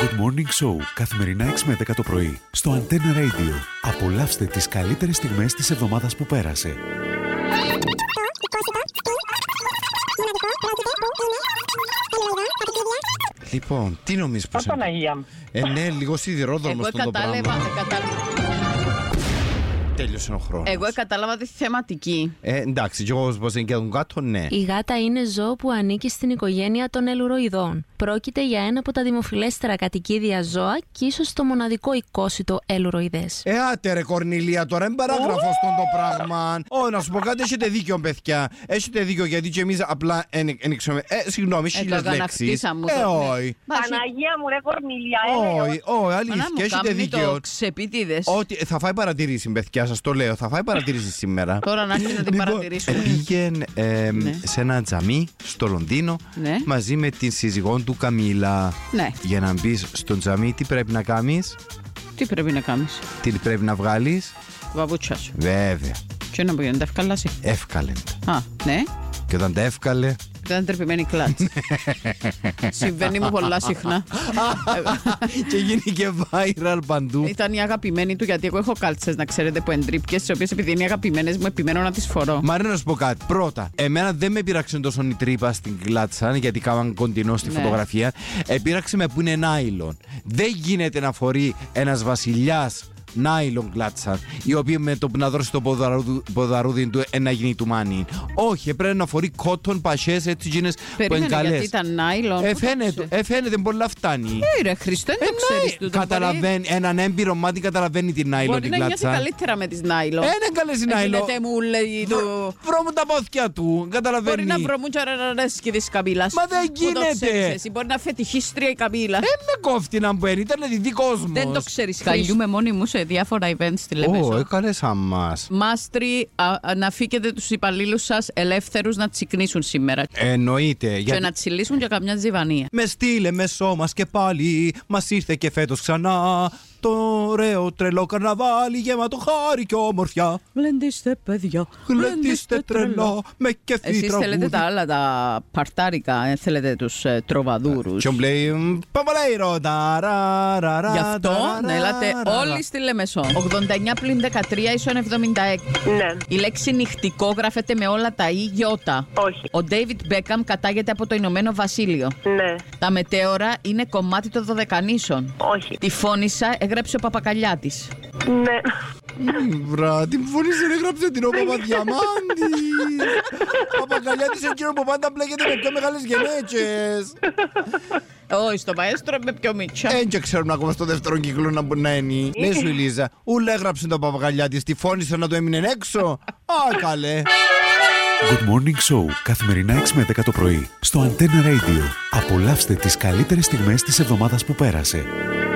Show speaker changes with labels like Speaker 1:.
Speaker 1: Good Morning Show, καθημερινά 6 με 10 το πρωί, στο Antenna Radio. Απολαύστε τις καλύτερες στιγμές της εβδομάδας που πέρασε.
Speaker 2: Λοιπόν, τι νομίζεις πως.
Speaker 3: Παναγία μου.
Speaker 2: Ε, ναι, λίγο σιδηρόδρομος
Speaker 4: Εγώ
Speaker 2: αυτό το
Speaker 4: κατάλαβα,
Speaker 2: πράγμα.
Speaker 4: κατάλαβα,
Speaker 2: Τέλειωσε ο χρόνος.
Speaker 4: εγώ κατάλαβα τη θεματική.
Speaker 2: Ε, εντάξει, κι εγώ πω είναι και τον κάτω, ναι.
Speaker 5: Η γάτα είναι ζώο που ανήκει στην οικογένεια των ελουροειδών. Πρόκειται για ένα από τα δημοφιλέστερα κατοικίδια ζώα και ίσως το μοναδικό οικόσιτο ελουροειδές.
Speaker 2: Ε, άτε ρε Κορνιλία, τώρα είναι παράγραφος στον το πράγμα. Ω, να σου πω κάτι, έχετε δίκιο, παιδιά. Έχετε δίκιο, γιατί και εμείς απλά ένοιξαμε. Ε, συγγνώμη, χίλιε
Speaker 4: Έκανα
Speaker 2: λέξει.
Speaker 4: χτίσα μου.
Speaker 2: Ε,
Speaker 4: το- ναι.
Speaker 2: όχι.
Speaker 4: Μα σου-
Speaker 3: Παναγία μου, ρε Κορνίλια.
Speaker 2: Όχι, όχι,
Speaker 4: Μανά
Speaker 2: αλήθεια,
Speaker 4: μου,
Speaker 2: έχετε
Speaker 4: κάμνη
Speaker 2: δίκιο.
Speaker 4: το ξεπίτιδες.
Speaker 2: Ότι θα φάει παρατηρήσεις, παιδιά, σας το λέω. Θα φάει παρατηρήσεις σήμερα.
Speaker 4: Τώρα να έρθει να την
Speaker 2: Λοιπόν,
Speaker 4: παρατηρήσουμε.
Speaker 2: ε, Πήγαινε ε,
Speaker 4: Ναι.
Speaker 2: σε ένα τζαμί στο Λονδίνο
Speaker 4: Ναι.
Speaker 2: μαζί με την σύζυγό του Καμίλα.
Speaker 4: Ναι.
Speaker 2: Για να μπεις στο τζαμί, τι πρέπει να κάνεις,
Speaker 4: Τι πρέπει να κάνεις,
Speaker 2: τι πρέπει να βγάλεις.
Speaker 4: βαβούτσα σου.
Speaker 2: Βέβαια,
Speaker 4: Τι να πω για να τα ευκαλάσει.
Speaker 2: εύκαλε. τα.
Speaker 4: Α, ναι.
Speaker 2: Και όταν τα εύκαλε.
Speaker 4: Ήταν τρεπημένη κλάτ. Συμβαίνει μου πολλά συχνά.
Speaker 2: και γίνει και viral παντού.
Speaker 4: Ήταν η αγαπημένη του, γιατί εγώ έχω κάλτσες να ξέρετε, που εντρίπκε, τι οποίες επειδή είναι αγαπημένες μου, επιμένω να τις φορώ.
Speaker 2: Μαρία, να σου πω κάτι. Πρώτα, εμένα δεν με πειράξε τόσο η τρύπα στην κλάτσα, γιατί κάμαν κοντινό στη
Speaker 4: Ναι.
Speaker 2: φωτογραφία. Επήραξε με που είναι νάιλον. Δεν γίνεται να φορεί ένας βασιλιάς νάιλον κλάτσα, η οποία με το να δώσει το ποδαρούδι, ποδαρούδι του ε, να γίνει του μάνι. Όχι, πρέπει να φορεί κότον πασές έτσι γίνε που
Speaker 4: Περίμενε,
Speaker 2: εγκαλέ.
Speaker 4: γιατί ήταν νάιλον.
Speaker 2: Ε,
Speaker 4: Πού το
Speaker 2: φαίνεται,
Speaker 4: ξέρεις?
Speaker 2: ε, φαίνεται, πολλά φτάνει.
Speaker 4: Ε, ρε Χριστό,
Speaker 2: Ε,
Speaker 4: δεν το ξέρεις
Speaker 2: ναι,
Speaker 4: τούτο, μπορεί-
Speaker 2: καταλαβαίνει, έναν έμπειρο μάτι καταλαβαίνει την νάιλον
Speaker 4: Μπορεί
Speaker 2: την
Speaker 4: να νιώθει
Speaker 2: κλάτσα.
Speaker 4: καλύτερα με τις νάιλον.
Speaker 2: Ε, είναι καλέ η νάιλον.
Speaker 4: Γίνεται μου, λέει, το-
Speaker 2: Βρω μου τα πόθηκια του. Καταλαβαίνει.
Speaker 4: Μπορεί να βρω μου τσαραραρές και της καμπύλας.
Speaker 2: Μα δεν
Speaker 4: Που το
Speaker 2: γίνεται.
Speaker 4: ξέρεις εσύ. Μπορεί να φετιχίστρια η καμπύλα.
Speaker 2: Ε, με κόφτη να μπαίνει, ήταν δικό μου.
Speaker 4: Δεν το ξέρεις. Καλιούμε μόνοι μου σε διάφορα events στη
Speaker 2: Ω,
Speaker 4: Λεμεσό.
Speaker 2: έκανες αμάς.
Speaker 4: Μάστρι, α- α- να φύγετε τους υπαλλήλους σας ελεύθερους να τσικνήσουν σήμερα.
Speaker 2: Εννοείται.
Speaker 4: Και
Speaker 2: Ε, Γιατί...
Speaker 4: να τσιλήσουν για καμιά ζυβανία.
Speaker 2: Με στείλε με σώμα και πάλι, μας ήρθε και φέτος ξανά. Το ωραίο τρελό καρναβάλι γεμάτο χάρη και όμορφια.
Speaker 4: Γλεντίστε παιδιά,
Speaker 2: Γλεντίστε τρελό με κεφί
Speaker 4: Εσείς θέλετε
Speaker 2: τραγούδι.
Speaker 4: τα άλλα, τα παρτάρικα, ε, θέλετε τους ε, τροβαδούρους.
Speaker 2: Ποιον λέει, μ, Παπαλέιρο, τα ρα, ρα, ρα,
Speaker 4: Γι' αυτό
Speaker 2: τα
Speaker 4: να
Speaker 2: ρα,
Speaker 4: έλατε
Speaker 2: ρα, ρα.
Speaker 4: όλοι στη Λεμεσό. 89 πλην 13 ίσον 76.
Speaker 3: Ναι,
Speaker 4: Η λέξη νυχτικό γράφεται με όλα τα «η» γιώτα.
Speaker 3: όχι.
Speaker 4: Ο Ντέιβιτ Μπέκαμ κατάγεται από το Ηνωμένο Βασίλειο.
Speaker 3: Ναι,
Speaker 4: Τα μετέωρα είναι κομμάτι των Δωδεκανήσων.
Speaker 3: όχι.
Speaker 4: Τη φώνησα έγραψε ο παπακαλιά τη.
Speaker 3: Ναι.
Speaker 2: Βρα, την φωνή σου έγραψε την όπα διαμάντη. Παπαγκαλιά τη εκείνο που πάντα μπλέκεται με πιο μεγάλες γενέτσες.
Speaker 4: Όχι, στο μαέστρο με πιο μίτσο.
Speaker 2: Δεν και ξέρουμε ακόμα στο δεύτερο κύκλο να μπορεί να είναι. Ναι σου η Λίζα, ούλα έγραψε τα παπαγκαλιά τη, τη φώνησε να το έμεινε έξω. Α, καλέ.
Speaker 1: Good Morning Show, καθημερινά 6 με 10 το πρωί, στο Antenna Radio. Απολαύστε τις καλύτερες στιγμές της εβδομάδας που πέρασε.